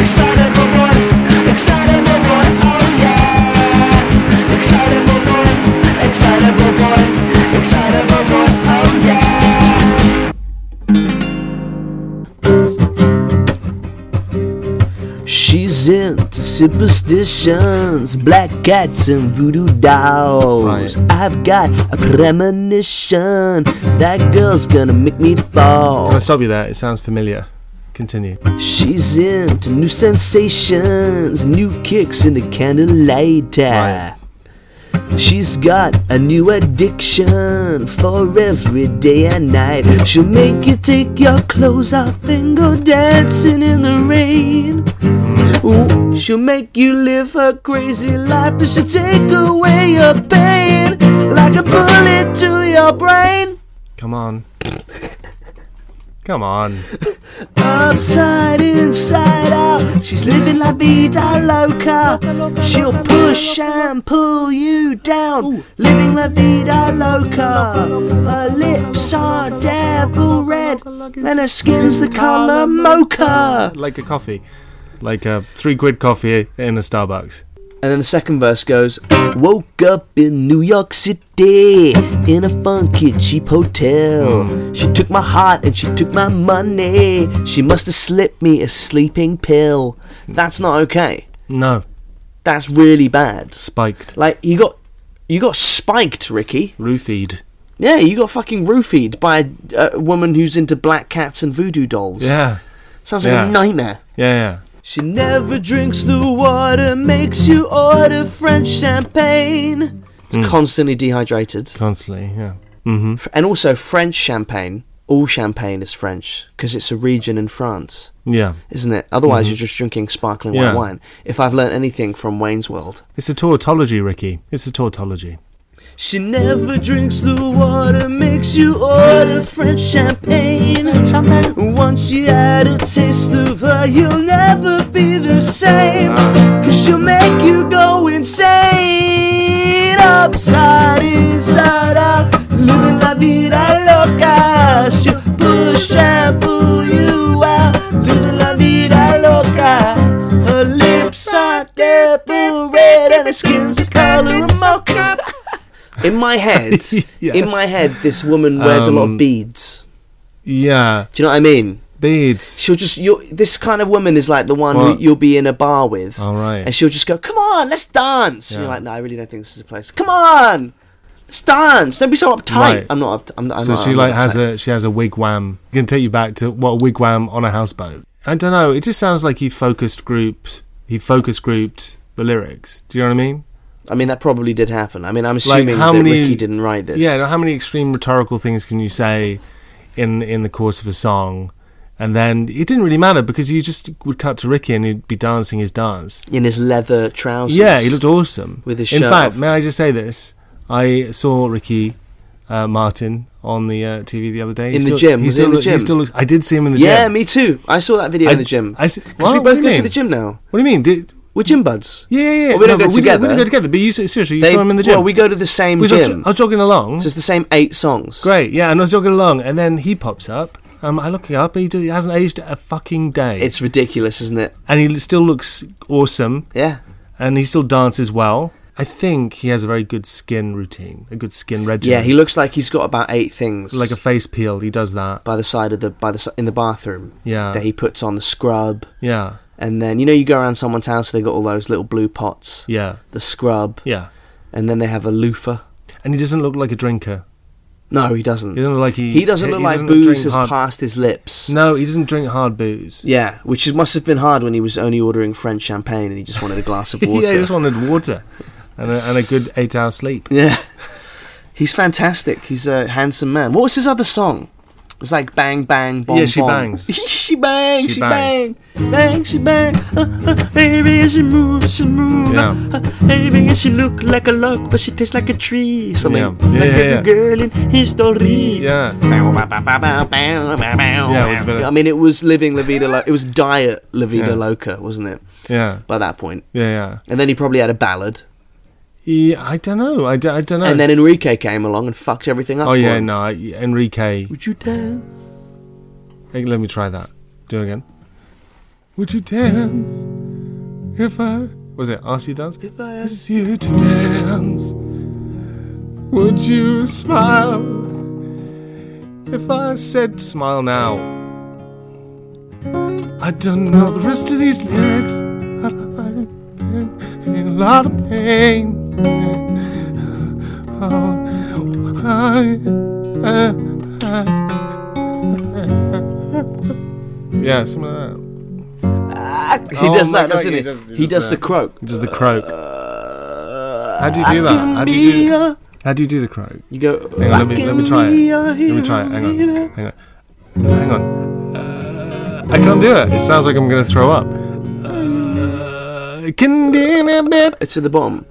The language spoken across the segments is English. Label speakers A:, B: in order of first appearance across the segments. A: Excited but what? Excited but what? Excited but what? Oh yeah! Excited but what? Excited but what? Excited but what? Oh yeah!
B: She's into superstitions, black cats and voodoo dolls.
C: Right.
B: I've got a premonition that girl's gonna make me fall.
C: Can I stop you there? It sounds familiar. Continue.
B: She's into new sensations, new kicks in the candlelight.
C: Right.
B: She's got a new addiction for every day and night. She'll make you take your clothes off and go dancing in the rain. Ooh, she'll make you live her crazy life, but she'll take away your pain like a bullet to your brain.
C: Come on. Come on.
B: Upside inside out, she's living la vida loca. She'll push and pull you down, living la vida loca. Her lips are devil red, and her skin's the color mocha.
C: Like a coffee. Like a three quid coffee in a Starbucks.
B: And then the second verse goes Woke up in New York City in a funky cheap hotel. She took my heart and she took my money. She must have slipped me a sleeping pill. That's not okay.
C: No.
B: That's really bad.
C: Spiked.
B: Like you got you got spiked, Ricky.
C: Roofied.
B: Yeah, you got fucking roofied by a, a woman who's into black cats and voodoo dolls.
C: Yeah.
B: Sounds like
C: Yeah.
B: a nightmare.
C: Yeah, yeah.
B: She never drinks the water, makes you order French champagne. It's
C: Hmm.
B: constantly dehydrated.
C: Constantly, yeah. Mm-hmm.
B: F- And also, French champagne, all champagne is French, because it's a region in France,
C: Yeah.
B: isn't it? Otherwise, you're just drinking sparkling
C: Mm-hmm. Yeah.
B: white wine. If I've learnt anything from Wayne's World,
C: It's a tautology, Ricky. It's a tautology.
B: She never drinks the water, makes you order French champagne. Once you had a taste of her, you'll never be the same. Cause she'll make you go insane. Upside, inside out, living la vida loca. She'll push and pull you out, living la vida loca. Her lips are devil red, and her skin's the color of mocha. In my head,
C: Yes.
B: in my head, this woman wears a lot
C: Um,
B: of beads.
C: Yeah.
B: Do you know what I mean?
C: Beads.
B: She'll just you're, this kind of woman is like the one who
C: What?
B: you'll be in a bar with,
C: All right.
B: and she'll just go, "Come on, let's dance." And you're
C: Yeah.
B: like, "No, I really don't think this is a place." Come on, let's dance. Don't be so uptight.
C: Right.
B: I'm not. Up, I'm, I'm
C: so
B: not.
C: she
B: I'm
C: like
B: not
C: has
B: uptight.
C: a she has a wigwam. Can take you back to what a wigwam on a houseboat. I don't know. It just sounds like he focused grouped. He focus grouped the lyrics. Do you know what I mean?
B: I mean, that probably did happen. I mean, I'm assuming
C: how
B: that
C: many-
B: Ricky didn't write this.
C: Yeah. How many extreme rhetorical things can you say in in the course of a song? And then it didn't really matter because you just would cut to Ricky and he'd be dancing his dance.
B: in his leather trousers.
C: Yeah, he looked awesome.
B: With his
C: In
B: shirt
C: fact,
B: off.
C: may I just say this? I saw Ricky uh, Martin on the uh, TV the other day. He
B: In the
C: still-
B: gym,
C: He
B: was he
C: still,
B: in the
C: look- he
B: gym?
C: still looks. I did see him in the
B: Yeah,
C: gym.
B: me too. I saw that video
C: I-
B: in the gym.
C: I s-
B: because
C: What?
B: we
C: What do
B: both
C: you
B: go to
C: mean?
B: the gym now.
C: What do you mean? Did,
B: We're gym buds.
C: yeah, yeah, yeah.
B: Well, we don't
C: No,
B: go
C: but
B: together.
C: We, do go together. But you se- seriously, you
B: They-
C: saw him in the gym.
B: Well, we go to the same
C: Because I was jo-
B: gym.
C: I was jogging along.
B: So it's the same eight songs.
C: oh, Great, yeah, and I was jogging along, and then he pops up. Um, I look up. He, do, he hasn't aged a fucking day.
B: It's ridiculous, isn't it?
C: and he still looks awesome,
B: Yeah.
C: and he still dances well. I think he has a very good skin routine, a good skin regimen.
B: Yeah, he looks like he's got about eight things.
C: like a face peel. He does that.
B: by the side of the by the si- in the bathroom.
C: Yeah.
B: That he puts on the scrub,
C: Yeah,
B: and then you know you go around someone's house, they got all those little blue pots.
C: yeah,
B: The scrub,
C: yeah.
B: and then they have a loofah.
C: And he doesn't look like a drinker.
B: No, he doesn't.
C: He doesn't look like he.
B: He doesn't look like
C: drink
B: booze has
C: hard-
B: passed his lips.
C: No, he doesn't drink hard booze.
B: Yeah, which is, must have been hard when he was only ordering French champagne and he just wanted a glass of water.
C: yeah, he just wanted water and a, and a good eight hour sleep.
B: Yeah. He's fantastic. He's a handsome man. What was his other song? It's like bang, bang, bong,
C: Yeah, she
B: bong.
C: bangs.
B: she bang, she,
C: She
B: bang,
C: bangs.
B: bang, she bang. Uh, uh, baby, she move, she move.
C: Yeah.
B: Uh, uh, baby, she look like a log, but she tastes like a tree. Something
C: Yeah.
B: like
C: Yeah, yeah,
B: every
C: yeah.
B: girl in history.
C: Yeah.
B: Bow, bow, bow, bow, bow, bow, bow, bow.
C: Yeah, it was a bit of-
B: I mean, it was living La Vida Lo- It was diet La Vida
C: Yeah.
B: Loca, wasn't it?
C: Yeah.
B: By that point.
C: Yeah, yeah.
B: And then he probably had a ballad.
C: Yeah, I don't know. I, d- I don't know.
B: And then Enrique came along and fucked everything up.
C: oh
B: for
C: yeah,
B: him.
C: no, I, Enrique.
B: Would you dance?
C: Hey, let me try that. Do it again. Would you dance if I was it? Ask you to dance.
B: If I asked
C: Ask you to dance. Would you smile if I said smile now? I don't know the rest of these lyrics. but I'm in a lot of pain. Oh, I, uh, yeah, something like that.
B: He
C: Oh
B: does
C: my
B: that,
C: God,
B: doesn't
C: he
B: he?
C: does- he
B: he
C: does
B: does the
C: that.
B: croak.
C: Just the croak.
B: Uh,
C: How do you do that?
B: can
C: How do
B: be
C: you do
B: a-
C: How do you do the croak?
B: You go.
C: Hang on, let
B: I
C: me
B: can
C: let me try
B: be
C: it.
B: a
C: Let me try it. Hang on,
B: hero.
C: hang on, hang on. Uh, I can't do it. It sounds like I'm gonna throw up. Uh, can do a bit.
B: It's at the bottom.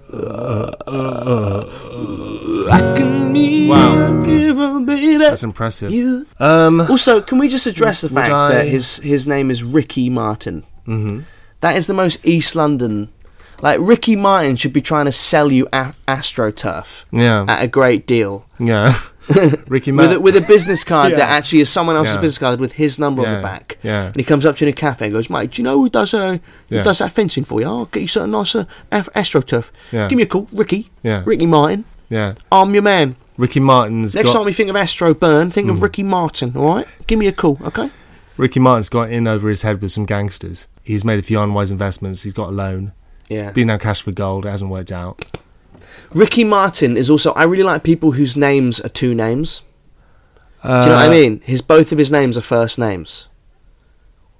B: I can be
C: Wow.
B: a hero, baby.
C: That's impressive.
B: You.
C: Um,
B: Also, can we just address the
C: Would
B: fact
C: I-
B: that his his name is Ricky Martin? Mm-hmm. is the most East London. Like Ricky Martin should be trying to sell you a- AstroTurf
C: yeah,
B: at a great deal
C: yeah. Ricky
B: Ah. with a,
C: Martin.
B: with a business card
C: Yeah.
B: that actually is someone else's
C: Yeah.
B: business card with his number on
C: Yeah.
B: the back.
C: Yeah.
B: And he comes up to you in a cafe and goes, "Mate, do you know who does uh, who
C: Yeah.
B: does that fencing for you? I'll get you something nice, uh, af- AstroTurf.
C: Yeah.
B: Give me a call, Ricky.
C: Yeah.
B: Ricky Martin.
C: Yeah,
B: I'm your man.
C: Ricky Martin's
B: Next
C: got Hmm.
B: time you think of Astro Burn, think of Ricky Martin. All right, give me a call, okay?
C: Ricky Martin's got in over his head with some gangsters. He's made a few unwise investments. He's got a loan.
B: Yeah.
C: Been on cash for gold. It hasn't worked out.
B: Ricky Martin is also. I really like people whose names are two names. Do you know what I
C: Uh,
B: mean? His both of his names are first names.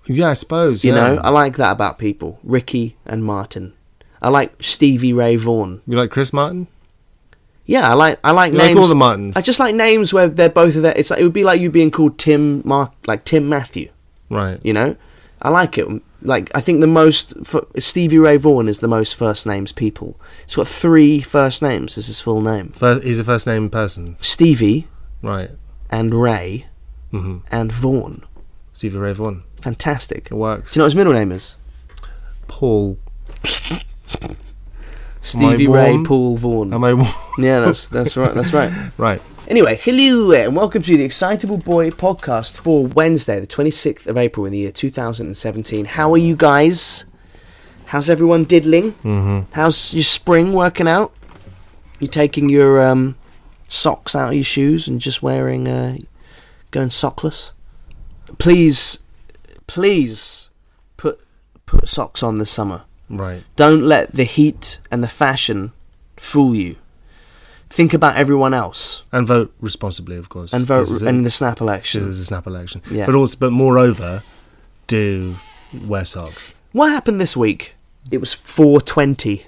C: Yeah, I suppose.
B: You
C: yeah.
B: know, I like that about people. Ricky and Martin. I like Stevie Ray Vaughan.
C: you like Chris Martin?
B: Yeah, I like I like
C: You like
B: names.
C: all the Martins.
B: I just like names where they're both of their. It's like, it would be like you being called Tim Mark, like Tim Matthew.
C: Right.
B: You know, I like it. Like I think the most for, Stevie Ray Vaughan is the most first names people. He's got three first names as his full name:
C: First, he's a first name person.
B: Stevie
C: Right.
B: and Ray
C: Mhm.
B: and Vaughan.
C: Stevie Ray Vaughan.
B: Fantastic.
C: It works.
B: Do you know what his middle name is?
C: Paul.
B: Stevie Ray
C: Vaughan?
B: Paul Vaughan.
C: Am I
B: yeah, that's that's right. That's right.
C: right?
B: Anyway, hello and welcome to the Excitable Boy podcast for Wednesday, the 26th of April in the year 2017. How are you guys? How's everyone diddling? Mm-hmm. How's your spring working out? You taking your um, socks out of your shoes and just wearing, uh, going sockless? Please, please put put socks on this summer.
C: Right.
B: Don't let the heat and the fashion fool you. Think about everyone else
C: And vote responsibly, of course.
B: and vote
C: This is a-
B: in the snap
C: this
B: election.
C: is a snap election.
B: Yeah.
C: But also, but moreover, do wear socks.
B: What happened this week? It was 420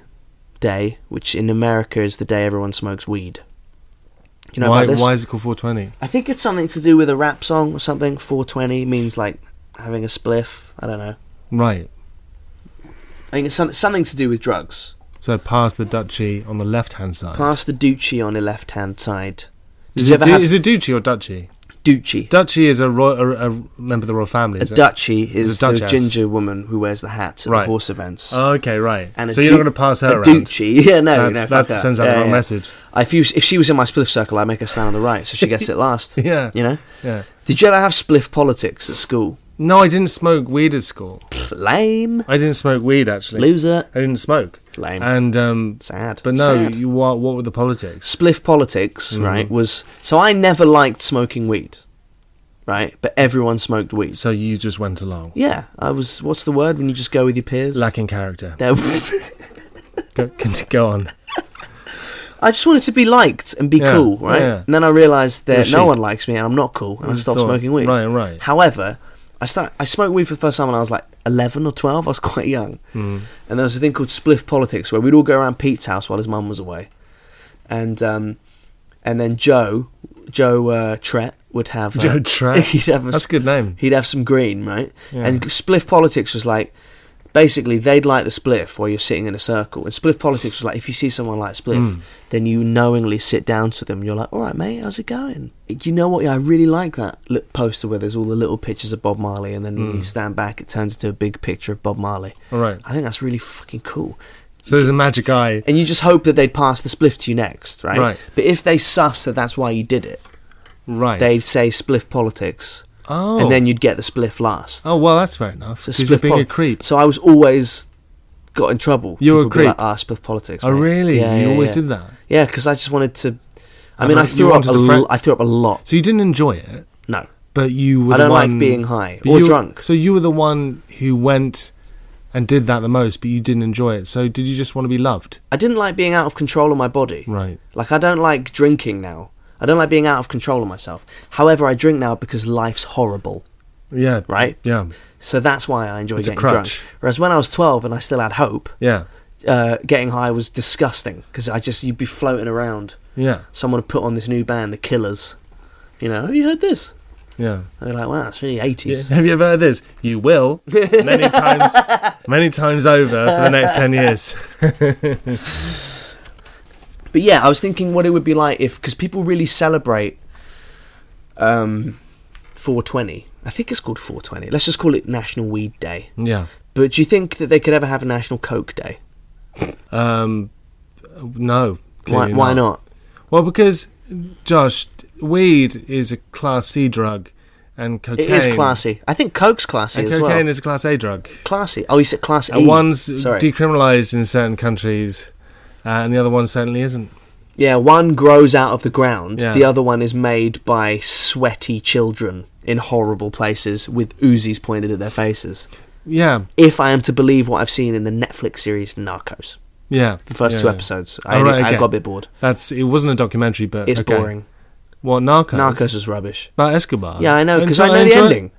B: day, which in America is the day everyone smokes weed. Do You know
C: why?
B: about this?
C: Why is it called 420?
B: I think it's something to do with a rap song or something. 420 means like having a spliff. I don't know.
C: Right.
B: I think it's some, something to do with drugs.
C: So pass the duchy on the left-hand side.
B: Pass the Ducci on your left hand side. Did
C: Is
B: you
C: it,
B: ever
C: du-
B: have
C: is it duchy or duchy?
B: Ducci?
C: Duchy is a, ro- a, a member of the royal family.
B: A
C: Is it?
B: duchy is
C: a
B: the
C: duchess.
B: ginger woman who wears the hat at
C: Right.
B: the horse events.
C: Oh, okay, right.
B: a
C: so you're not
B: du-
C: going to pass her
B: a
C: around.
B: Duchy. Yeah, no,
C: That's-
B: no,
C: that
B: fuck her.
C: sends out
B: yeah,
C: the wrong
B: yeah.
C: message.
B: If, you, if she was in my spliff circle, I'd make her stand on the right so she gets it last.
C: Yeah.
B: You know?
C: Yeah.
B: Did you ever have spliff politics at school?
C: No, I didn't smoke weed at school.
B: Pff, Lame.
C: I didn't smoke weed actually.
B: Loser.
C: I didn't smoke.
B: Lame.
C: And um,
B: Sad.
C: But no,
B: Sad.
C: you Mm-hmm. what? What were the politics?
B: Spliff politics, right, was. So I never liked smoking weed, right? But everyone smoked weed.
C: So you just went along,
B: yeah, I was. What's the word when you just go with your peers?
C: lacking character.
B: They're-
C: Go, can- go on.
B: I just wanted to be liked and be
C: Yeah,
B: cool, right?
C: yeah.
B: And then I realised that
C: You're a
B: no
C: sheep.
B: one likes me and I'm not cool, and I
C: just
B: stopped
C: thought,
B: smoking weed.
C: right, right.
B: However, I start I smoked weed for the first time when I was like 11 or 12. I was quite young,
C: Hmm.
B: mm. and there was a thing called spliff politics where we'd all go around Pete's house while his mum was away, and um, and then Joe Joe uh, Tret would have uh,
C: Joe Trapp.
B: he'd have
C: That's a good name.
B: He'd have some green, right?
C: Yeah.
B: And spliff politics was like basically they'd light the spliff while you're sitting in a circle. And spliff politics was like if you see someone light a spliff,
C: Mm.
B: then you knowingly sit down to them. You're like, all right, mate, how's it going? You know what? Yeah, I really like that li- poster where there's all the little pictures of Bob Marley, and then when
C: Mm.
B: you stand back, it turns into a big picture of Bob Marley.
C: All right.
B: I think that's really fucking cool.
C: So there's a magic eye.
B: And you just hope that they'd pass the spliff to you next, right?
C: Right.
B: But if they suss that that's why you did it,
C: Right.
B: they'd say spliff politics,
C: oh.
B: and then you'd get the spliff last.
C: Oh well, that's fair enough.
B: So
C: Because
B: split
C: you're being a
B: poli-
C: creep.
B: So I was always got in trouble.
C: You were a
B: People would be
C: creep?
B: Like, ah, split politics.
C: Oh
B: mate."
C: really?
B: Yeah,
C: you
B: yeah,
C: always
B: yeah.
C: did that.
B: Yeah, because I just wanted to. I
C: I
B: mean, I
C: thought you
B: throw up.
C: wanted
B: A
C: to
B: l-
C: friend-
B: I threw up a lot.
C: So you didn't enjoy it,
B: No,
C: but you were.
B: I
C: the
B: don't like
C: one-
B: being high
C: but
B: or
C: you-
B: drunk.
C: So you were the one who went and did that the most, but you didn't enjoy it. So did you just want to be loved?
B: I didn't like being out of control of my body.
C: Right.
B: Like I don't like drinking now. I don't like being out of control of myself. However, I drink now because life's horrible.
C: Yeah.
B: Right?
C: Yeah.
B: So that's why I enjoy
C: It's a
B: getting
C: crutch.
B: drunk. Whereas when I was 12 and I still had hope,
C: Yeah.
B: uh, getting high was disgusting because I just you'd be floating around.
C: Yeah.
B: someone had put on this new band, The Killers. You know, have you heard this?
C: Yeah.
B: And they're like, wow, it's really
C: Yeah.
B: 80s.
C: Have you ever heard this? You will many times, many times over for the next ten years.
B: But yeah, I was thinking what it would be like if, because people really celebrate um, 420. I think it's called 420. Let's just call it National Weed Day.
C: Yeah.
B: But do you think that they could ever have a National Coke Day?
C: Um. No.
B: Why,
C: clearly
B: why not?
C: Well, because Josh, weed is a class C drug, and
B: It
C: cocaine
B: is classy. I think Coke's classy
C: And
B: as
C: cocaine
B: well.
C: is a class A drug.
B: classy. Oh, you said class E.
C: And one's
B: Sorry.
C: decriminalized in certain countries, uh, and the other one certainly isn't.
B: yeah, one grows out of the ground.
C: Yeah.
B: The other one is made by sweaty children in horrible places with Uzis pointed at their faces.
C: Yeah,
B: if I am to believe what I've seen in the Netflix series Narcos,
C: yeah.
B: the first
C: yeah,
B: two
C: yeah.
B: episodes,
C: Oh,
B: I,
C: right,
B: I
C: okay.
B: got a bit bored.
C: That's it. Wasn't a documentary, but
B: It's
C: okay.
B: boring.
C: What Narcos?
B: Narcos was rubbish.
C: about Escobar.
B: yeah, I know because I
C: Uh, Enjoy-
B: know the
C: enjoy-
B: ending.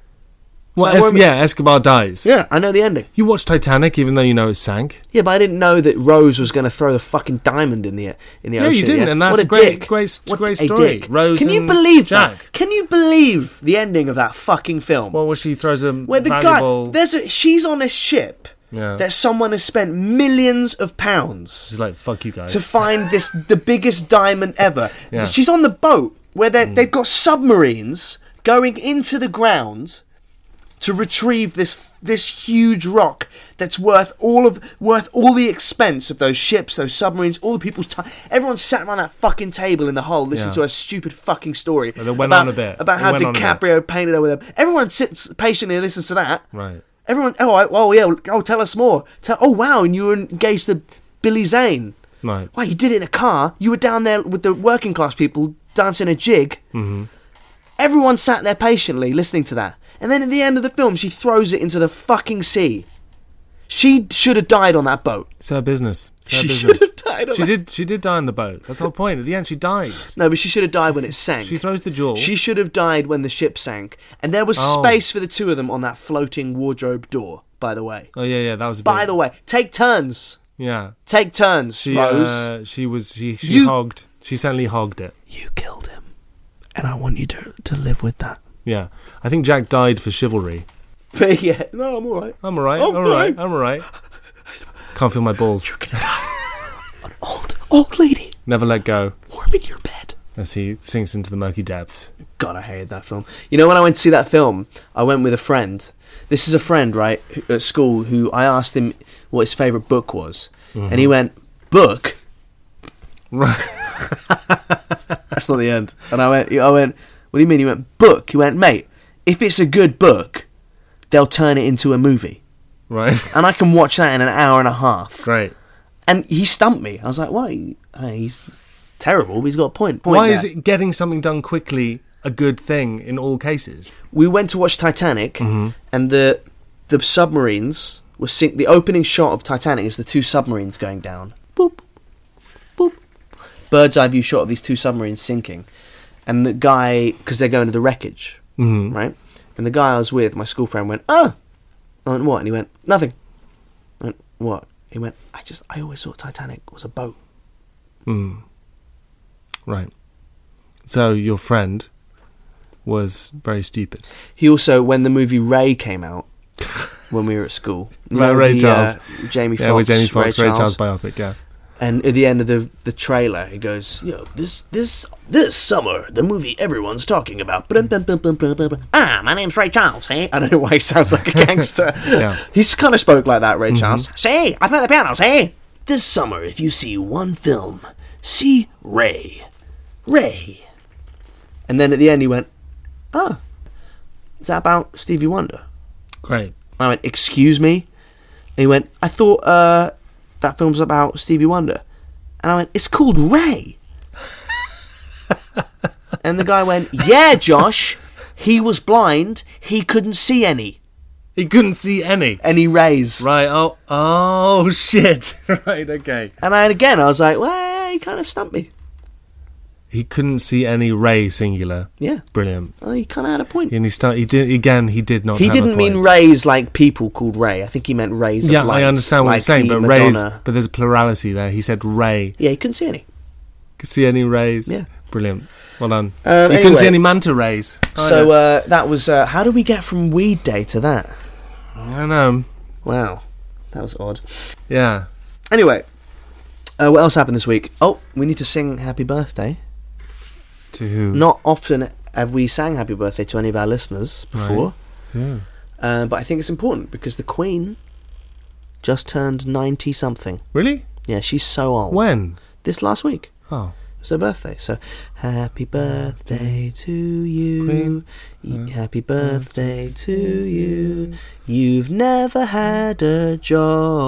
C: Well,
B: that
C: Es-
B: what I mean?
C: yeah, Escobar dies.
B: Yeah, I know the ending.
C: You watch Titanic, even though you know it sank.
B: Yeah, but I didn't know that Rose was going to throw the fucking diamond in the in the
C: No,
B: ocean.
C: you didn't,
B: yeah?
C: and that's
B: what
C: a great-
B: dick.
C: great-
B: What
C: great
B: a
C: story.
B: dick.
C: Rose
B: Can you
C: and
B: believe
C: Jack.
B: that? Can you believe the ending of that fucking film?
C: Well, where she throws a
B: where the
C: valuable.
B: guy there's a she's on a ship
C: Yeah.
B: that someone has spent millions of pounds
C: She's like, "Fuck you guys."
B: to find this the biggest diamond ever.
C: Yeah. Hmm.
B: She's on the boat where they they've got submarines going into the ground to retrieve this this huge rock that's worth all of worth all the expense of those ships, those submarines, all the people's time. Everyone sat around that fucking table in the hull listening
C: Yeah.
B: to a stupid fucking story
C: they went
B: about,
C: on a bit.
B: about
C: They
B: how
C: went on a bit.
B: DiCaprio painted her with them. Everyone sits patiently and listens to that.
C: Right.
B: Everyone, oh, I, oh yeah, oh, tell us more. Tell, oh wow, and you were engaged to Billy Zane.
C: Right.
B: Wow, you did it in a car. You were down there with the working class people dancing a jig. Mm-hmm. Everyone sat there patiently listening to that. And then at the end of the film, she throws it into the fucking sea. She should have died on that boat.
C: It's her business. It's her
B: She
C: business.
B: should have died on
C: She
B: that-
C: did. She did die on the boat. That's the whole point. At the end, she dies.
B: No, but she should have died when it sank.
C: She throws the jewel.
B: She should have died when the ship sank. And there was
C: Oh.
B: space for the two of them on that floating wardrobe door, by the way.
C: Oh yeah, yeah. That was. A
B: By
C: bit-
B: the way, take turns.
C: Yeah.
B: Take turns,
C: She.
B: Rose.
C: Uh, she was. She. She
B: You-
C: hogged. She certainly hogged it.
B: You killed him. And I want you to, to live with that.
C: Yeah. I think Jack died for chivalry.
B: But yeah, no, I'm alright.
C: I'm all right.
B: I'm
C: I'm all right.
B: fine.
C: I'm all right. Can't feel my balls.
B: Old, old lady,
C: Never let go.
B: warm in your bed.
C: As he sinks into the murky depths.
B: God, I hated that film. You know, when I went to see that film, I went with a friend. This is a friend, right, who- at school, who I asked him what his favourite book was. And
C: Mm-hmm.
B: he went, Book?
C: Right.
B: That's not the end. And I went, I went, What do you mean? He went, Book? He went, Mate, if it's a good book, they'll turn it into a movie.
C: Right.
B: And I can watch that in an hour and a half.
C: Great.
B: And he stumped me. I was like, Why? Hey, he's terrible, but he's got a point. point
C: Why
B: there.
C: is it getting something done quickly a good thing in all cases?
B: we went to watch Titanic,
C: Mm-hmm.
B: and the the submarines were sink. The opening shot of Titanic is the two submarines going down. Boop, boop. Bird's eye view shot of these two submarines sinking, and the guy because they're going to the wreckage,
C: Mm-hmm,
B: mm right? And the guy I was with, my school friend, went, "Oh," I went, "What?" And he went, "Nothing." I went, "What?" He went, "I just I always thought Titanic was a boat."
C: mm-hmm. Right. So your friend was very stupid.
B: He also, when the movie Ray came out, when we were at school, you
C: Right,
B: know,
C: Ray
B: the,
C: Charles.
B: uh, Jamie Foxx,
C: yeah, with Jamie Foxx,
B: Ray, Charles.
C: biopic. Yeah,
B: and at the end of the the trailer, he goes, "You know, this this this summer, the movie everyone's talking about." Ah, my name's Ray Charles. Hey, I don't know why he sounds like a gangster.
C: Yeah.
B: He's kind of spoke like that, Ray Charles. See, I play the piano. See, this summer, if you see one film, see Ray, Ray. And then at the end, he went, "Oh, is that about Stevie Wonder?"
C: great.
B: And I went, "Excuse me." And he went, "I thought uh, that film's about Stevie Wonder." And I went, "It's called Ray." and the guy went, "Yeah, Josh, he was blind. He couldn't see any
C: He couldn't see any.
B: any rays."
C: Right. Oh. Oh shit. right. Okay.
B: And I, again, I was like, "Well, he kind of stumped me."
C: He couldn't see any ray singular.
B: Yeah,
C: Brilliant.
B: well, he kind of had a point.
C: And he start. He did again. He did not.
B: He
C: have a
B: didn't mean
C: point.
B: rays like people called Ray. I think he meant rays.
C: Yeah,
B: of light,
C: I understand what
B: like
C: you're saying,
B: the
C: but rays.
B: Madonna.
C: But there's a plurality there. He said ray.
B: Yeah, he couldn't see any.
C: Could see any rays.
B: Yeah.
C: Brilliant. Well done.
B: Um,
C: you couldn't see
B: anyway.
C: any manta rays.
B: so uh, that was. Uh, how do we get from Weed Day to that? uh,
C: I don't know.
B: Wow, that was odd.
C: Yeah.
B: Anyway, uh, what else happened this week? Oh, we need to sing Happy Birthday.
C: To who?
B: Not often have we sang Happy Birthday to any of our listeners before,
C: Yeah.
B: uh, but I think it's important because the Queen just turned 90 something.
C: Really?
B: Yeah, she's so old.
C: When?
B: This last week.
C: Oh.
B: It was her birthday. So, happy birthday to you. Y-
C: Mm.
B: Happy birthday to you. You've never had a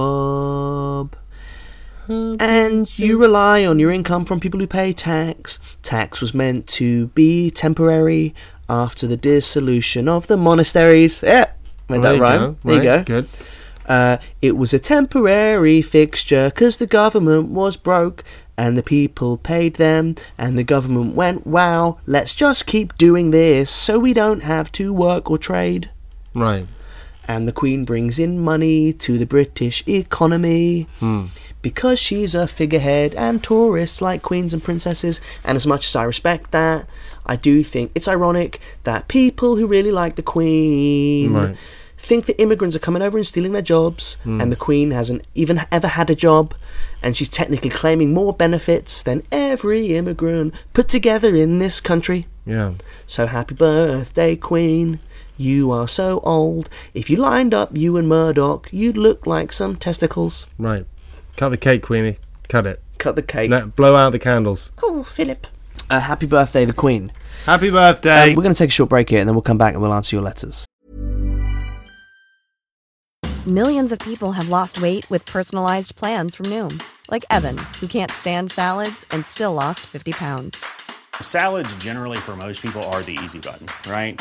B: job. And you rely on your income from people who pay tax. Tax was meant to be temporary after the dissolution of the monasteries. Yeah, made
C: Well,
B: that
C: there
B: rhyme.
C: You go.
B: There you go.
C: Right, Good.
B: Uh, it was a temporary fixture 'cause the government was broke and the people paid them, and the government went, wow, let's just keep doing this so we don't have to work or trade.
C: Right.
B: And the Queen brings in money to the British economy because she's a figurehead and tourists like queens and princesses. And as much as I respect that, I do think it's ironic that people who really like the Queen
C: Right.
B: think that immigrants are coming over and stealing their jobs, and the Queen hasn't even ever had a job, and she's technically claiming more benefits than every immigrant put together in this country.
C: Yeah.
B: So happy birthday, Queen. You are so old. If you lined up you and Murdoch, you'd look like some testicles.
C: Right. Cut the cake, Queenie. Cut it.
B: Cut the cake.
C: No, blow out the candles.
B: Oh, Philip. Uh, happy birthday, the Queen.
C: Happy
B: Um,
C: birthday.
B: we're going to take a short break here and then we'll come back and we'll answer your letters.
D: Millions of people have lost weight with personalized plans from Noom, like Evan, who can't stand salads and still lost 50 pounds.
E: Salads, generally, for most people, are the easy button, right?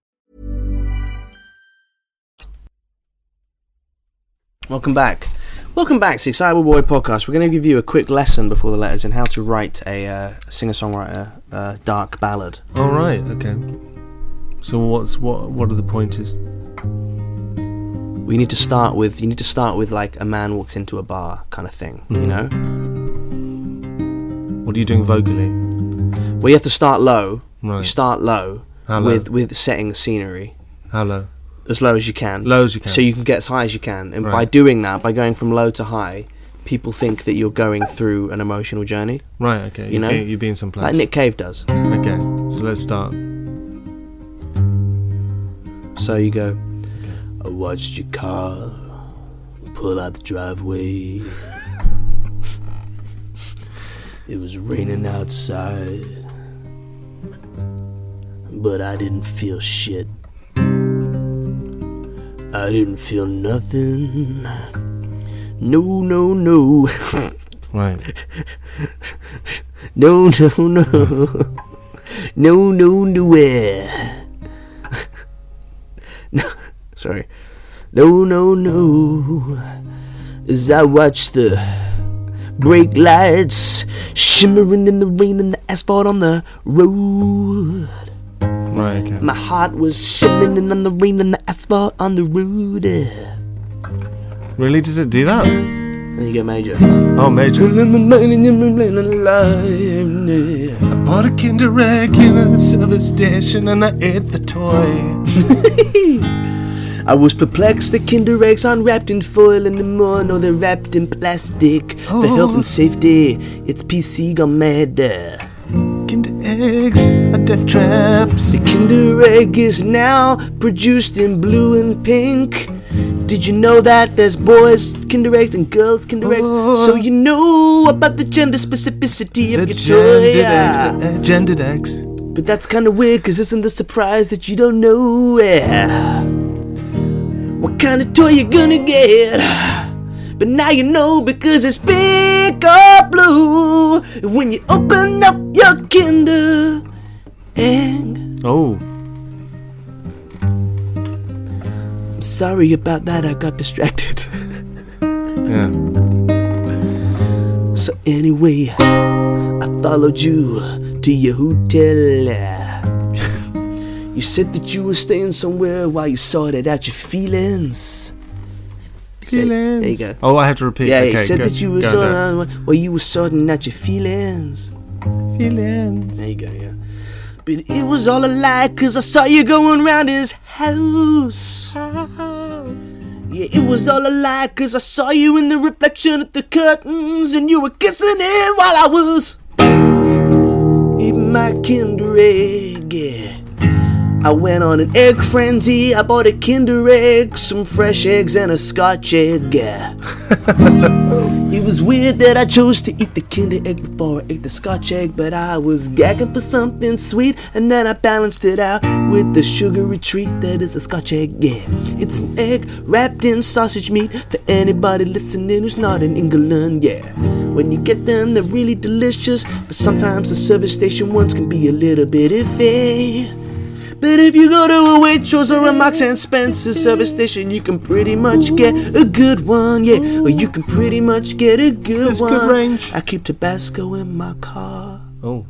B: Welcome back. Welcome back to the Excitable Boy podcast. We're going to give you a quick lesson before the letters in how to write a uh, singer songwriter uh, dark ballad.
C: All right. Okay. So what's what? What are the pointers?
B: we need to start with you need to start with like a man walks into a bar kind of thing you know
C: What are you doing vocally?
B: well you have to start low you
C: Right.
B: start low
C: How low?
B: with with setting the scenery
C: Hello.
B: as low as you can
C: Low as you can.
B: so you can get as high as you can and by
C: Right.
B: doing that by going from low to high people think that you're going through an emotional journey
C: Right. Okay.
B: you know
C: Being, you're being someplace.
B: like nick cave does
C: Okay. So let's start.
B: So you go, I watched your car pull out the driveway. It was raining outside, but I didn't feel shit. I didn't feel nothing. No, no, no.
C: Right.
B: No, no, no. No, no, nowhere. no, sorry. No, no, no. As I watch the brake lights shimmering in the rain and the asphalt on the road.
C: Right. Okay.
B: My heart was shimmering on the rain and the asphalt on the road. There
C: Really? Does it do that?
B: you go, Major.
C: Oh, major. I bought a Kinder Egg in a service station and I ate the toy.
B: I was perplexed. The Kinder eggs aren't wrapped in foil anymore. No, they're wrapped in plastic. For
C: Oh.
B: health and safety, it's PC gone mad. The
C: Kinder Eggs are death traps.
B: Kinder egg is now produced in blue and pink. Did you know that there's boys Kinder eggs and girls Kinder eggs? So you know about the gender specificity
C: Oh. The
B: of your
C: gendered
B: toy.
C: eggs. The uh, gendered eggs.
B: But that's kind of weird, cause isn't the surprise that you don't know yeah. what kind of toy you're gonna get? But now you know because it's pink or blue when you open up your Kinder egg.
C: Oh.
B: I'm sorry about that, I got distracted.
C: Yeah.
B: So anyway, I followed you to your hotel. you said that you were staying somewhere while you sorted out your feelings. Say- there you go.
C: Oh, I had to repeat.
B: Yeah,
C: okay,
B: you said
C: go-
B: that you were
C: go
B: sorting
C: there.
B: out while you were sorting out your feelings. uh,
C: Feelings.
B: There you go, yeah. But it was all a lie, cause I saw you going round his house. Yeah, it was all a lie, cause I saw you in the reflection of the curtains, and you were kissing him while I was eating my Kinder Egg. Yeah. I went on an egg frenzy, I bought a Kinder Egg, some fresh eggs, and a scotch egg. Yeah. It was weird that I chose to eat the Kinder Egg before I ate the Scotch egg, but I was gagging for something sweet, and then I balanced it out with the sugary treat that is a Scotch egg. Yeah, it's an egg wrapped in sausage meat for anybody listening who's not in England. Yeah, when you get them, they're really delicious, but sometimes the service station ones can be a little bit iffy. But if you go to a Waitrose or a Marks and Spencer service station, you can pretty much get a good one, yeah. Or you can pretty much get a good
C: That's
B: one.
C: good range.
B: I keep Tabasco in my car.
C: Oh.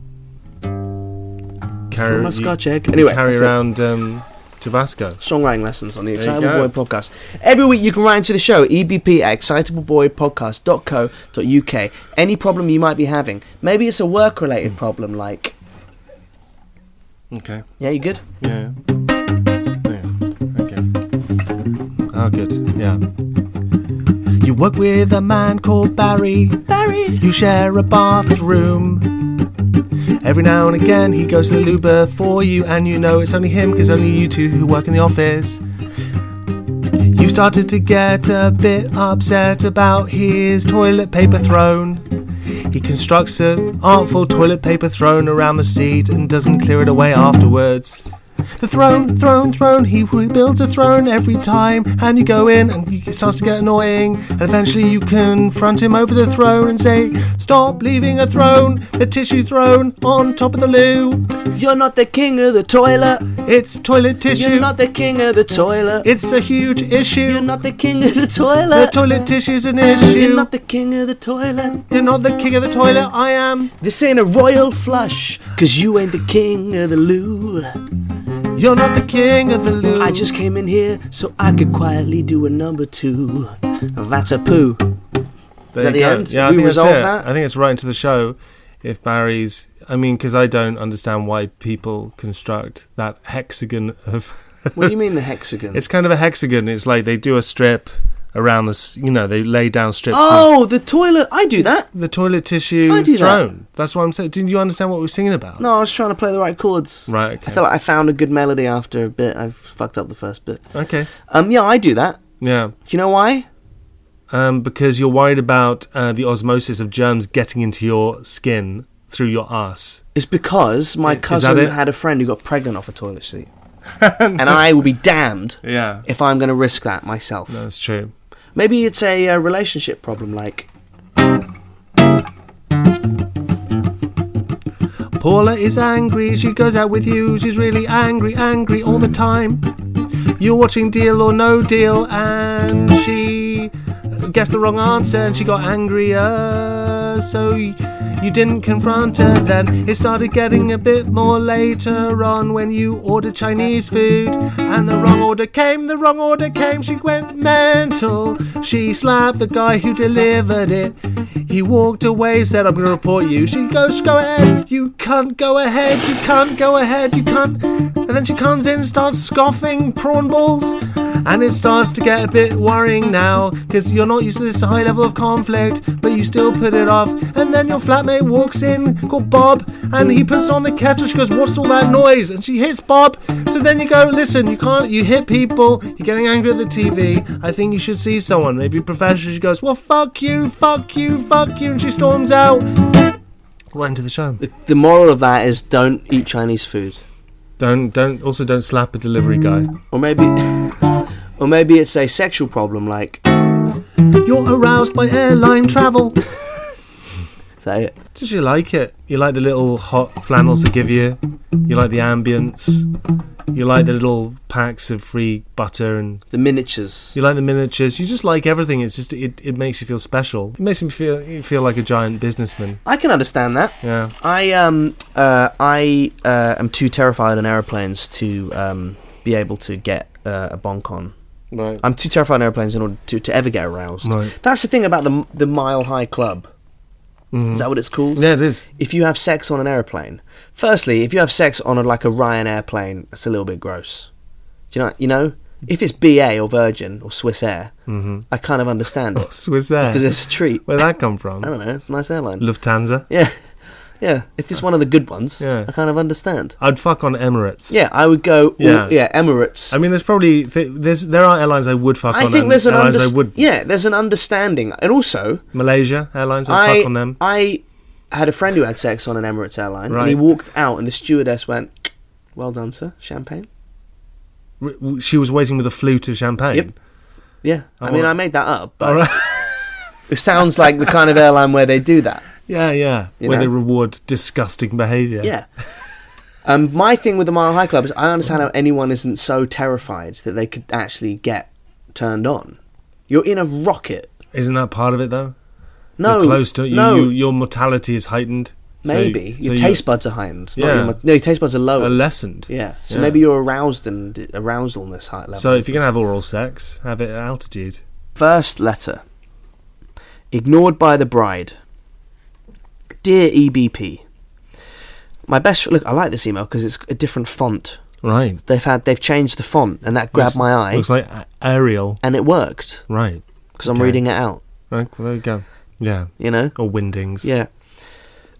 C: Carry
B: my
C: you-
B: Scotch egg.
C: you
B: Anyway,
C: carry
B: that's it.
C: around um, Tabasco.
B: Songwriting lessons on the
C: you
B: Excitable
C: go.
B: Boy podcast. Every week you can write into the show at ebp at excitableboypodcast.co.uk. Any problem you might be having. Maybe it's a work related problem, like.
C: Okay.
B: Yeah, you good?
C: Yeah. Yeah. Okay. Oh, good. Yeah. You work with a man called Barry. Barry. You share a bathroom. Every now and again, he goes to the loo before you, and you know it's only him because only you two who work in the office. You've started to get a bit upset about his toilet paper throne. He constructs an artful toilet paper throne around the seat and doesn't clear it away afterwards. The throne, throne, throne, he rebuilds a throne every time, and you go in and it starts to get annoying, and eventually you confront him over the throne and say, Stop leaving a throne, the tissue throne, on top of the loo.
B: You're not the king of the toilet.
C: It's toilet
B: You're
C: tissue.
B: not the king of the toilet.
C: it's a huge issue.
B: You're not the king of the
C: the
B: toilet.
C: toilet tissue's an issue.
B: You're not the king of the toilet.
C: You're not the king of the toilet, I am.
B: This ain't a royal flush, cause you ain't the king of the loo.
C: You're not the king of the loo.
B: I just came in here so I could quietly do a number two. That's a poo.
C: There
B: Is that
C: you
B: the
C: go.
B: end?
C: Yeah, I
B: We
C: think that's
B: resolve
C: it.
B: that?
C: I think it's right into the show. If Barry's, I mean, because I don't understand why people construct that hexagon of.
B: What do you mean the hexagon?
C: it's kind of a hexagon. It's like they do a strip around the, s- you know, they lay down strips. of
B: oh, the toilet. I do that.
C: the toilet tissue
B: I do that.
C: throne. That's what I'm saying. Didn't you understand what we were singing about?
B: No, I was trying to play the right chords.
C: Right,
B: I
C: okay.
B: feel like I found a good melody after a bit. I fucked up the first bit.
C: Okay.
B: Um, yeah, I do that.
C: Yeah.
B: Do you know why?
C: um, because you're worried about uh, the osmosis of germs getting into your skin through your ass.
B: It's because my
C: Is that
B: cousin
C: it?
B: had a friend who got pregnant off a toilet seat. and I will be damned
C: Yeah,
B: if I'm going to risk that myself.
C: that's true.
B: Maybe it's a uh, relationship problem, like.
C: Paula is angry. She goes out with you. She's really angry, angry all the time. You're watching Deal or No Deal, and she guessed the wrong answer, and she got angrier. So y- you didn't confront her then. It started getting a bit more later on when you ordered Chinese food, and the wrong order came. The wrong order came. She went mental. She slapped the guy who delivered it. He walked away, said, "I'm gonna report you." She goes, "Go ahead, you can't go ahead, you can't go ahead, you can't." And then she comes in, starts scoffing prawn balls, and it starts to get a bit worrying now because you're not used to this high level of conflict, but you still put it off. And then your flatmate walks in, called Bob, and he puts on the kettle. She goes, "What's all that noise?" And she hits Bob. So then you go, "Listen, you can't. You hit people. You're getting angry at the TV. I think you should see someone, maybe a professional." She goes, "Well, fuck you, fuck you, fuck you," and she storms out. Right into the show.
B: The, the moral of that is don't eat Chinese food.
C: Don't don't also don't slap a delivery guy.
B: Or maybe. Or maybe it's a sexual problem, like.
C: You're aroused by airline travel.
B: Is that it?
C: Did you like it? You like the little hot flannels they give you. You like the ambience. You like the little packs of free butter, and
B: The miniatures.
C: you like the miniatures. You just like everything. It's just it, it makes you feel special. It makes you feel you feel like a giant businessman.
B: I can understand that.
C: Yeah.
B: I um uh I uh, am too terrified on airplanes to um be able to get uh, a bonk on.
C: Right.
B: I'm too terrified on airplanes in order to, to ever get aroused.
C: Right.
B: That's the thing about the the Mile High Club. Is that what it's called?
C: Mm-hmm. Yeah, it is.
B: If you have sex on an airplane, firstly, if you have sex on a, like a Ryanair plane, that's a little bit gross. Do you know? You know, if it's BA or Virgin or Swiss Air,
C: Mm-hmm.
B: I kind of understand it
C: Swiss Air.
B: because it's a treat.
C: Where'd that come
B: I
C: from?
B: don't know. It's a nice airline.
C: Lufthansa.
B: Yeah, yeah. If it's one of the good ones,
C: Yeah.
B: I kind of understand.
C: I'd fuck on Emirates.
B: Yeah, I would go. Yeah,
C: Yeah.
B: yeah Emirates.
C: I mean, there's probably th- there's there are airlines I would fuck
B: I
C: on.
B: think
C: and
B: there's an
C: airlines
B: underst-
C: I would.
B: yeah, there's an understanding, and also
C: Malaysia airlines I'd
B: I
C: fuck on them.
B: I had a friend who had sex on an Emirates airline, and he
C: Right.
B: walked out, and the stewardess went, "Well done, sir. Champagne."
C: R- w- she was waiting with a flute of champagne.
B: Yep. Yeah, I, mean,
C: wanna-
B: I made that up, but
C: All right.
B: it sounds like the kind of airline where they do that.
C: Yeah, yeah.
B: You
C: Where
B: know?
C: they reward disgusting behaviour.
B: Yeah. Um, my thing with the Mile High Club is I understand how anyone isn't so terrified that they could actually get turned on. You're in a rocket.
C: Isn't that part of it though?
B: No,
C: You're close to you,
B: no,
C: you, your mortality is heightened. So-
B: maybe
C: so
B: your
C: you-
B: taste buds are heightened. not
C: Yeah.
B: your mo- no, your taste buds are lower.
C: are lessened.
B: yeah, so maybe you're aroused and arousalness high level.
C: So if you're gonna have oral sex, have it at altitude.
B: First letter. Ignored by the bride. Dear EBP. My best look. I like this email because it's a different font.
C: Right.
B: They've had they've changed the font and that grabbed my eye
C: Looks like a- aerial.
B: and it worked
C: Right.
B: because I'm
C: Okay.
B: reading it out.
C: Right. Well, there you go. Yeah.
B: You know.
C: Or windings.
B: Yeah.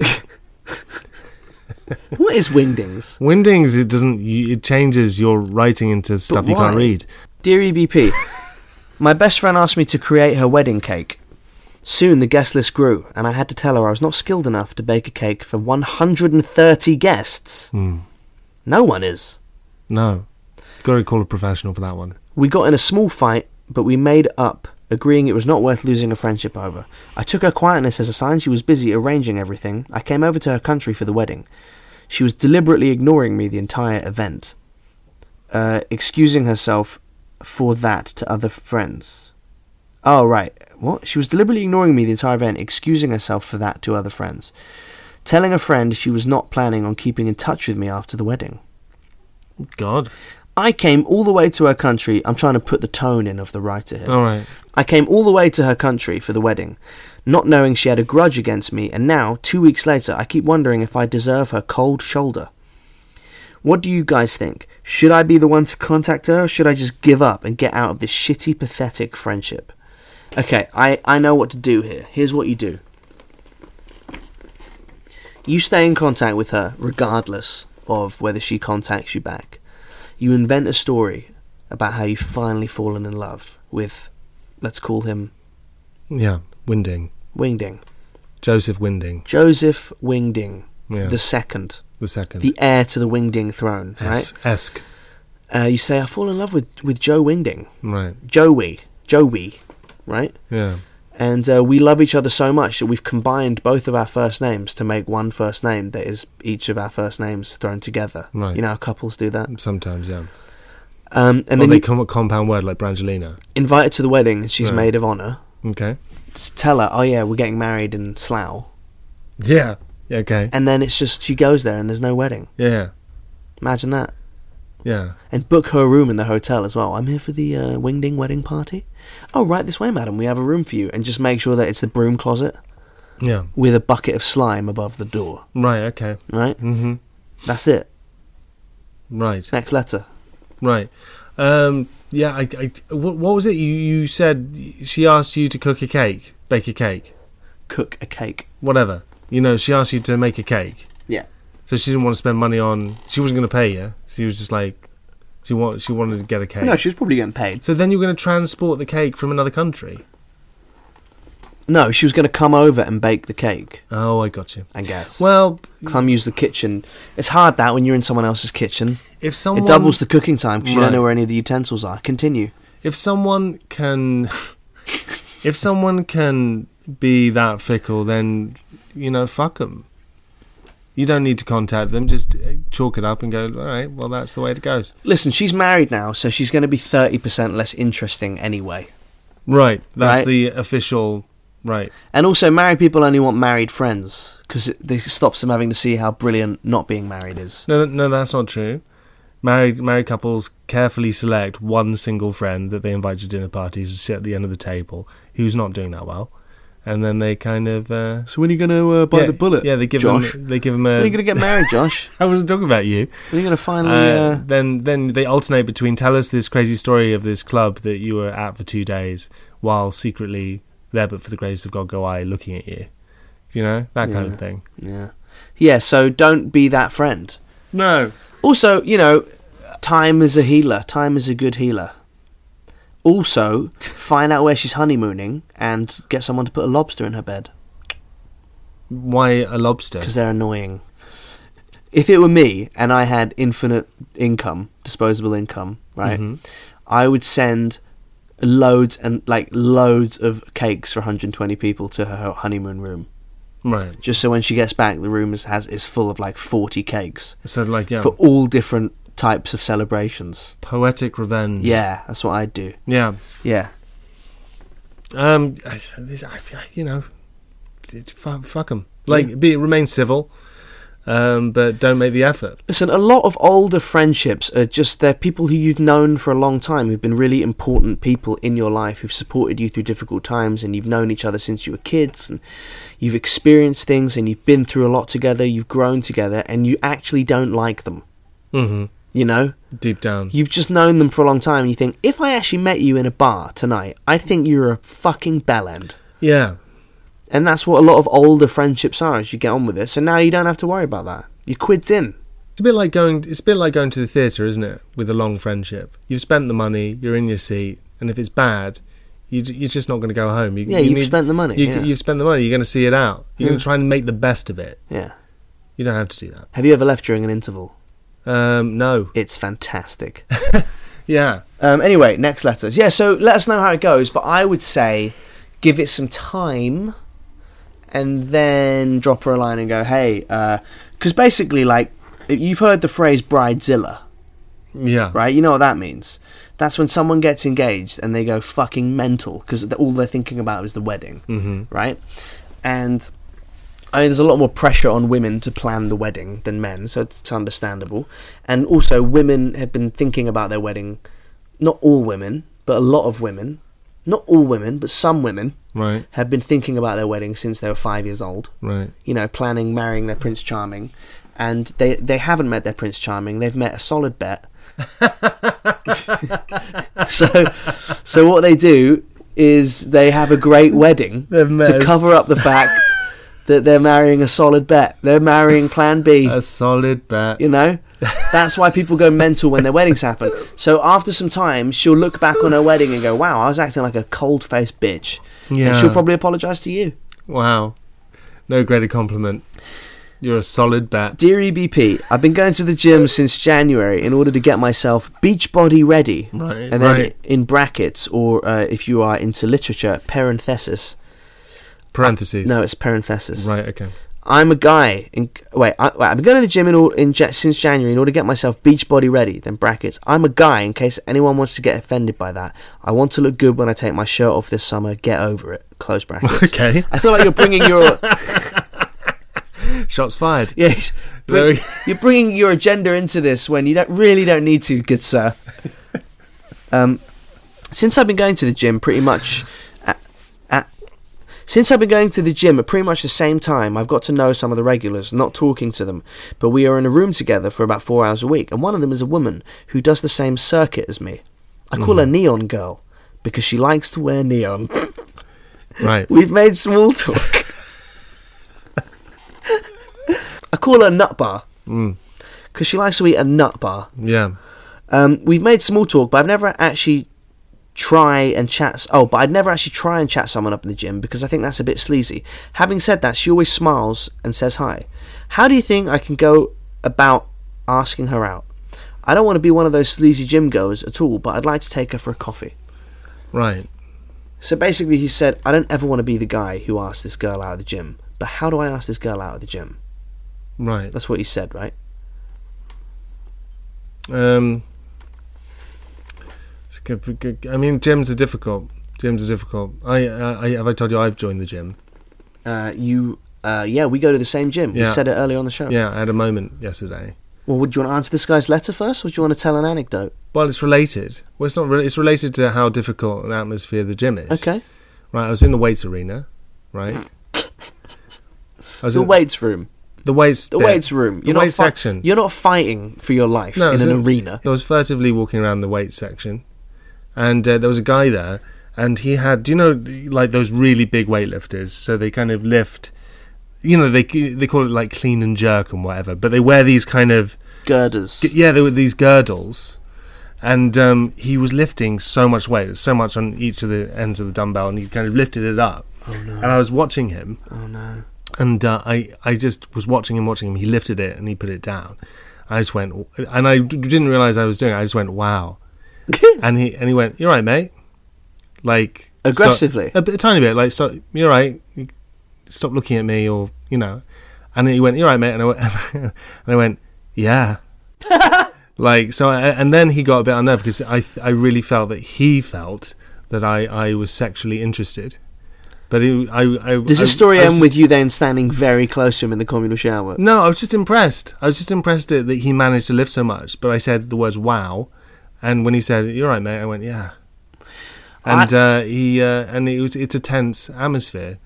B: what is wingdings?
C: Windings. It doesn't. You, it changes your writing into stuff you can't
B: why?
C: read.
B: Dear EBP, my best friend asked me to create her wedding cake. Soon the guest list grew, and I had to tell her I was not skilled enough to bake a cake for 130 guests. No one is.
C: No. Got to call a professional for that one.
B: We got in a small fight, but we made up, agreeing it was not worth losing a friendship over. I took her quietness as a sign she was busy arranging everything. I came over to her country for the wedding. She was deliberately ignoring me the entire event, uh, excusing herself for that to other friends. Oh, right. What? She was deliberately ignoring me the entire event, excusing herself for that to other friends. Telling a friend she was not planning on keeping in touch with me after the wedding.
C: God.
B: I came all the way to her country. I'm trying to put the tone in of the writer here.
C: All right.
B: I came all the way to her country for the wedding, not knowing she had a grudge against me, and now, two weeks later, I keep wondering if I deserve her cold shoulder. What do you guys think? Should I be the one to contact her, or should I just give up and get out of this shitty, pathetic friendship? Okay, I, I know what to do here. Here's what you do you stay in contact with her, regardless of whether she contacts you back. You invent a story about how you've finally fallen in love with let's call him
C: Yeah, Winding.
B: Wingding.
C: Joseph Winding,
B: Joseph Wingding
C: Yeah.
B: the second,
C: the second.
B: the heir to the Wingding throne,
C: Es- Esk.
B: right? Uh, you say I fall in love with with Joe Wingding,
C: Right.
B: Joey, Joey, right?
C: Yeah.
B: And uh, we love each other so much that we've combined both of our first names to make one first name that is each of our first names thrown together.
C: Right.
B: You know how couples do that.
C: Sometimes, yeah.
B: Um, and
C: or
B: then
C: they
B: you
C: come a compound word like Brangelina.
B: invite her to the wedding, and she's
C: Right.
B: maid of honor.
C: Okay.
B: S- Tell her, oh yeah, we're getting married in Slough,
C: Yeah. Yeah, Okay.
B: and then it's just she goes there and there's no wedding.
C: Yeah.
B: Imagine that.
C: Yeah.
B: and book her a room in the hotel as well. I'm here for the uh, Wingding wedding party. Oh, right this way, madam. We have a room for you, and just make sure that it's the broom closet
C: Yeah.
B: with a bucket of slime above the door.
C: Right. Okay.
B: Right?
C: Mm-hmm.
B: That's it.
C: Right.
B: Next letter.
C: Right. Um, yeah. I, I, what, what was it you, you said? She asked you to cook a cake, bake a cake,
B: Cook a cake.
C: whatever. You know, she asked you to make a cake.
B: Yeah.
C: So she didn't want to spend money on. She wasn't going to pay you. She was just like, she wa- She wanted to get a cake.
B: No, she was probably getting paid.
C: so then you're going to transport the cake from another country.
B: No, she was going to come over and bake the cake.
C: Oh, I got you.
B: I guess.
C: Well,
B: come use the kitchen. It's hard that when you're in someone else's kitchen,
C: if someone
B: it doubles the cooking time because you
C: Right.
B: don't know where any of the utensils are. Continue.
C: if someone can if someone can be that fickle then you know fuck them you don't need to contact them just uh, chalk it up and go all right well that's the way it goes
B: Listen, she's married now, so she's going to be thirty percent less interesting anyway.
C: right
B: Right.
C: that's the official right
B: And also, married people only want married friends because it, it stops them having to see how brilliant not being married is.
C: no th- no that's not true married married couples carefully select one single friend that they invite to dinner parties to sit at the end of the table who's not doing that well and then they kind of uh,
B: So when are you going to uh,
C: yeah, yeah they give
B: Josh?
C: them um, they give them a
B: When are you going to get married, Josh?
C: I wasn't talking about you
B: When are you going to finally?
C: Uh,
B: Uh,
C: then then they alternate between tell us this crazy story of this club that you were at for two days while secretly there but for the grace of God go I looking at you. You know? That kind of thing.
B: yeah, yeah. So don't be that friend.
C: No.
B: Also, you know, time is a healer. Time is a good healer. Also, find out where she's honeymooning and get someone to put a lobster in her bed.
C: Why a lobster?
B: because they're annoying. If it were me and I had infinite income, disposable income, right, I would send loads and like loads of cakes for 120 people to her honeymoon room,
C: Right.
B: just so when she gets back, the room is has is full of like 40 cakes
C: So like yeah
B: for all different types of celebrations.
C: poetic revenge.
B: Yeah, that's what I'd do.
C: Yeah.
B: Yeah,
C: Um I, this- I feel like, you know it- fuck, fuck 'em. Like be remain civil. Um but don't make the effort.
B: Listen, a lot of older friendships are just they're people who you've known for a long time, who've been really important people in your life, who've supported you through difficult times, and you've known each other since you were kids, and you've experienced things, and you've been through a lot together, you've grown together, and you actually don't like them.
C: Mhm.
B: You know,
C: Deep down.
B: you've just known them for a long time, and you think if I actually met you in a bar tonight, I think you're a fucking bell end.
C: yeah.
B: And that's what a lot of older friendships are as you get on with it. So now you don't have to worry about that. Your quid's in.
C: It's a bit like going. It's a bit like going to the theatre, isn't it? With a long friendship, you've spent the money, you're in your seat, and if it's bad, you, j- you're just not going to go home. You,
B: Yeah, you've spent the money,
C: You,
B: yeah.
C: You've spent the money. You're going to see it out. You're going to try and make the best of it.
B: Yeah.
C: You don't have to do that.
B: Have you ever left during an interval?
C: Um, no.
B: It's fantastic.
C: Yeah.
B: um, anyway, next letters. Yeah, so let us know how it goes, but I would say give it some time and then drop her a line and go, hey, because basically, like, you've heard the phrase bridezilla,
C: Yeah.
B: right? You know what that means. That's when someone gets engaged and they go fucking mental because all they're thinking about is the wedding, mm-hmm. right? And I mean, there's a lot more pressure on women to plan the wedding than men, so it's understandable. And also, women have been thinking about their wedding. Not all women, but a lot of women. Not all women, but some women
C: Right.
B: have been thinking about their wedding since they were five years old
C: Right.
B: you know, planning marrying their Prince Charming, and they they haven't met their Prince Charming. They've met a solid bet. so, so what they do is they have a great wedding
C: They've met
B: to
C: a
B: cover up the fact
C: Uh,
B: that they're marrying a solid bet. They're marrying Plan B.
C: A solid bet.
B: you know, That's why people go mental when their weddings happen. So after some time, she'll look back on her wedding and go, "Wow, I was acting like a cold-faced bitch." And
C: Yeah.
B: she'll probably apologise to you,
C: Wow. No greater compliment. You're a solid bat.
B: dear EBP. I've been going to the gym since January in order to get myself beach body ready.
C: Right,
B: And then
C: right.
B: in brackets, or uh, if you are into literature, parenthesis.
C: Parentheses.
B: No, it's parenthesis.
C: Right, okay.
B: I'm a guy. In, wait, I, wait, I've been going to the gym in, all, in ja- since January in order to get myself beach body ready. Then brackets. I'm a guy. In case anyone wants to get offended by that, I want to look good when I take my shirt off this summer. Get over it. Close brackets.
C: Okay.
B: I feel like you're bringing your
C: Shots fired.
B: yes,
C: There
B: bring,
C: we-
B: you're bringing your agenda into this when you don't really don't need to, good sir. Um, since I've been going to the gym, pretty much. At, at, since I've been going to the gym at pretty much the same time, I've got to know some of the regulars, not talking to them, but we are in a room together for about four hours a week, and one of them is a woman who does the same circuit as me. I call her Neon Girl because she likes to wear neon.
C: Right.
B: We've made small talk. I call her Nut Bar because she likes to eat a nut bar.
C: Yeah.
B: Um, we've made small talk, but I've never actually try and chat. s- Oh, but I'd never actually try and chat someone up in the gym because I think that's a bit sleazy. Having said that, she always smiles and says hi. How do you think I can go about asking her out? I don't want to be one of those sleazy gym goers at all, but I'd like to take her for a coffee.
C: Right.
B: So basically, he said, I don't ever want to be the guy who asks this girl out of the gym, but how do I ask this girl out of the gym?
C: Right.
B: That's what he said, right?
C: Um, it's good, good- good- I mean, gyms are difficult. Gyms are difficult. I, uh, I, I have I told you I've joined the gym.
B: Uh, you, uh, yeah, we go to the same gym. We
C: Yeah.
B: said it earlier on the show.
C: Yeah, I had a moment yesterday.
B: Well, would you want to answer this guy's letter first, or do you want to tell an anecdote?
C: Well, it's related. Well, it's not. Re- it's related to how difficult an atmosphere the gym is.
B: Okay.
C: Right. I was in the weights arena. Right. I was
B: The
C: in
B: weights room.
C: The weights.
B: The
C: bit.
B: weights room.
C: The
B: You're not
C: weights
B: fi-
C: section.
B: You're not fighting for your life
C: I
B: in
C: was
B: an arena.
C: I was furtively walking around the weights section, and uh, there was a guy there, and he had, do you know, like those really big weightlifters? So they kind of lift, you know, they they call it like clean and jerk and whatever, but they wear these kind of
B: Girders.
C: G- Yeah, there were these girdles, and um, he was lifting so much weight. There's so much on each of the ends of the dumbbell, and he kind of lifted it up. Oh no! And I was watching him. Oh no! And uh, I, I just was watching him, watching him. He lifted it and he put it down. I just went, w- and I d- didn't realize I was doing. it. I just went, wow. and he and he went, you're right, mate. Like stop-
B: Aggressively?
C: a, bit, a tiny bit. Like stop. You're right. Stop looking at me, or you know. And he went, you're right, mate. And I went, and I went, yeah. Like so, I, and then he got a bit unnerved because I I really felt that he felt that I, I was sexually interested, but it, I I
B: Does
C: I-
B: this story
C: I was
B: end
C: just-
B: with you then standing very close to him in the communal shower?
C: No, I was just impressed. I was just impressed that that he managed to live so much. But I said the words "wow," and when he said "you're right, mate," I went "yeah," and uh, he uh, and it was it's a tense atmosphere.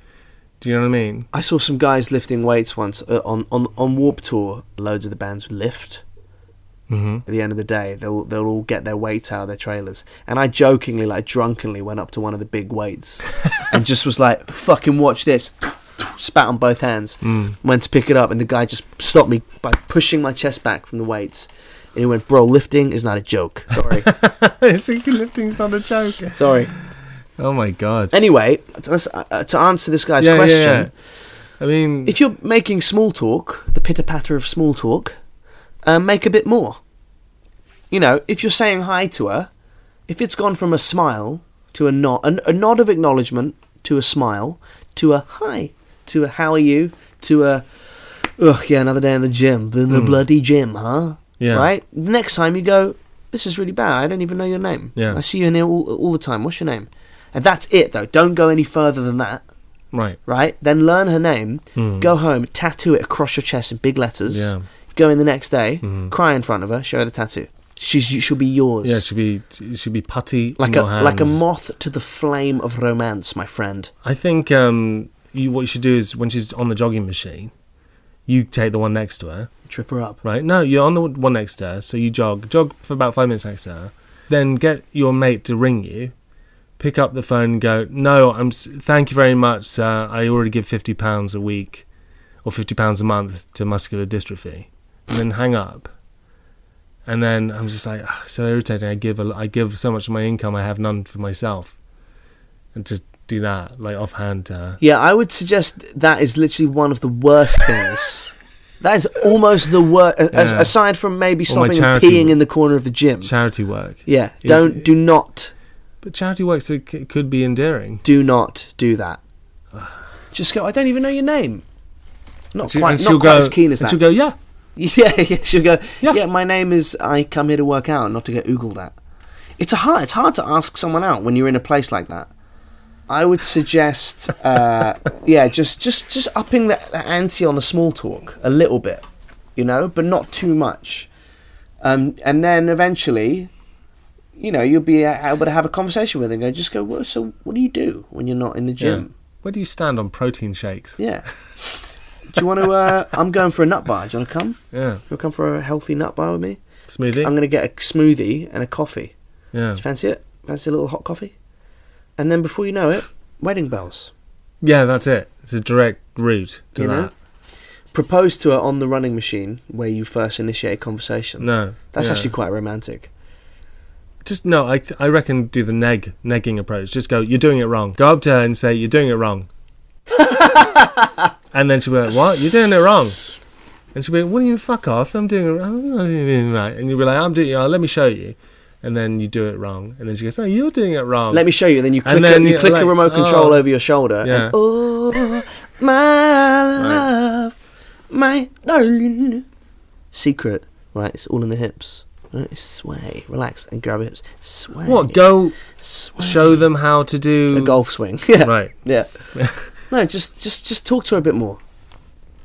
C: Do you know what I mean?
B: I saw some guys lifting weights once uh, on, on on Warp Tour. Loads of the bands would lift. Mm-hmm. At the end of the day, they'll they'll all get their weights out of their trailers. And I jokingly, like drunkenly, went up to one of the big weights and just was like, "Fucking watch this!" Spat on both hands.
C: Mm.
B: Went to pick it up, and the guy just stopped me by pushing my chest back from the weights. And he went, "Bro, lifting is not a joke. Sorry,
C: it's lifting's not a joke.
B: sorry."
C: Oh my god!
B: Anyway, to, uh, to answer this guy's
C: Yeah, yeah,
B: question.
C: yeah. I mean,
B: if you're making small talk, the pitter patter of small talk, um, make a bit more. You know, if you're saying hi to her, if it's gone from a smile to a nod, a, a nod of acknowledgement to a smile to a hi to a how are you to a ugh yeah another day in the gym the, the bloody gym huh
C: Mm. Yeah.
B: right next time you go this is really bad I don't even know your name
C: Yeah.
B: I see you in here all, all the time what's your name and that's it though don't go any further than that
C: right?
B: right? Then learn her name, go home, tattoo it across your chest in big letters.
C: Hmm. Yeah. Hmm.
B: Go in the next day, cry in front of her, show her the tattoo. She's she'll be yours.
C: Yeah, it should be it should be putty
B: like
C: in
B: a
C: your hands.
B: like a moth to the flame of romance, my friend.
C: I think um, you what you should do is when she's on the jogging machine, you take the one next to her.
B: Trip her up.
C: Right? No, you're on the one next to her, so you jog, jog for about five minutes next to her. Then get your mate to ring you, pick up the phone, and go. No, I'm. s- Thank you very much, sir. I already give fifty pounds a week, or fifty pounds a month to muscular dystrophy, and then hang up. And then I'm just like "Ugh, so irritating. I give a, I give so much of my income, I have none for myself, and just do that like offhand uh, to her.
B: Yeah, I would suggest that is literally one of the worst things. that is almost the worst,
C: Yeah.
B: aside from maybe
C: Or
B: stopping
C: my
B: and
C: charity
B: peeing
C: work.
B: in the corner of the gym.
C: Charity work.
B: yeah,
C: is-
B: don't do not
C: But charity work uh, c- could be endearing.
B: do not do that. Just go. I don't even know your name. Not
C: She-
B: quite.
C: and
B: Not
C: she'll
B: quite
C: go-
B: as keen as
C: and
B: that.
C: She'll go, yeah,
B: yeah, yeah. She'll go. Yeah.
C: Yeah.
B: my name is. I come here to work out, not to get oogled at. It's a hard. It's hard to ask someone out when you're in a place like that. I would suggest, uh, yeah, just just just upping the, the ante on the small talk a little bit, you know, but not too much. Um, and then eventually, you know, you'll be able to have a conversation with them. Go, just go. Well, so, what do you do when you're not in the
C: yeah.
B: gym?
C: Where do you stand on protein shakes?
B: Yeah. Do you want to? Uh, I'm going for a nut bar. Do you want to come? You
C: Yeah,
B: want to come for a healthy nut bar with me?
C: smoothie.
B: I'm going to get a smoothie and a coffee.
C: yeah,
B: Do you fancy it? Fancy a little hot coffee? And then before you know it, wedding bells.
C: yeah, that's it. It's a direct route to
B: You know?
C: that.
B: Propose to her on the running machine where you first initiate a conversation.
C: No,
B: That's
C: yeah.
B: actually quite romantic.
C: just no. I th- I reckon do the neg negging approach. Just go. You're doing it wrong. Go up to her and say you're doing it wrong. and then she'll be like, "What? You're doing it wrong." And she'll be like, "What do you fuck off? I'm doing it wrong." I'm not doing it right. And you'll be like, "I'm doing it. wrong. Let me show you." And then you do it wrong. And then she goes, "Oh, you're doing it wrong."
B: Let me show you. Then you click,
C: And then
B: a, you
C: you're
B: click a
C: like,
B: remote control
C: oh.
B: over your shoulder.
C: Yeah.
B: And, oh, my love, my darling. Secret, right? It's all in the hips. Right, sway, relax, and grab your hips. Sway.
C: What? Go
B: Sway.
C: show them how to do
B: a golf swing. Yeah.
C: Right.
B: Yeah. no, just just just talk to her a bit more.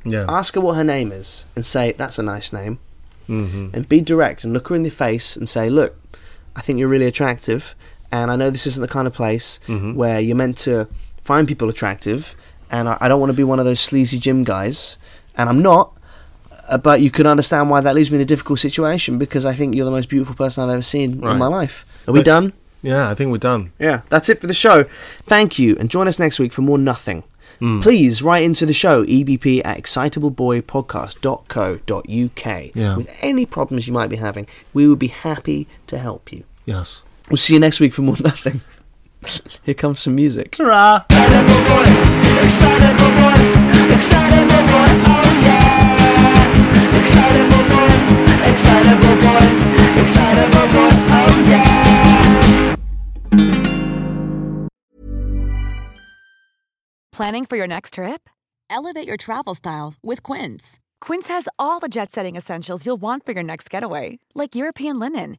C: Yeah.
B: Ask her what her name is and say that's a nice name.
C: hmm
B: And be direct and look her in the face and say, look, I think you're really attractive, and I know this isn't the kind of place
C: Mm-hmm.
B: where you're meant to find people attractive, and I, I don't want to be one of those sleazy gym guys, and I'm not. uh, But you can understand why that leaves me in a difficult situation because I think you're the most beautiful person I've ever seen in
C: Right.
B: my life. Are we
C: But-
B: done?
C: Yeah, I think we're done.
B: Yeah, that's it for the show. Thank you, and join us next week for more nothing. Please write into the show, ebp at excitableboypodcast.co.uk,
C: Yeah.
B: with any problems you might be having. We would be happy to help you.
C: Yes.
B: We'll see you next week for more nothing. Here comes some music.
A: Excitable boy, excitable boy, excitable boy, oh yeah. Excitable boy, excitable boy, excitable boy, oh yeah.
F: Planning for your next trip? Elevate your travel style with Quince. Quince has all the jet setting essentials you'll want for your next getaway, like European linen,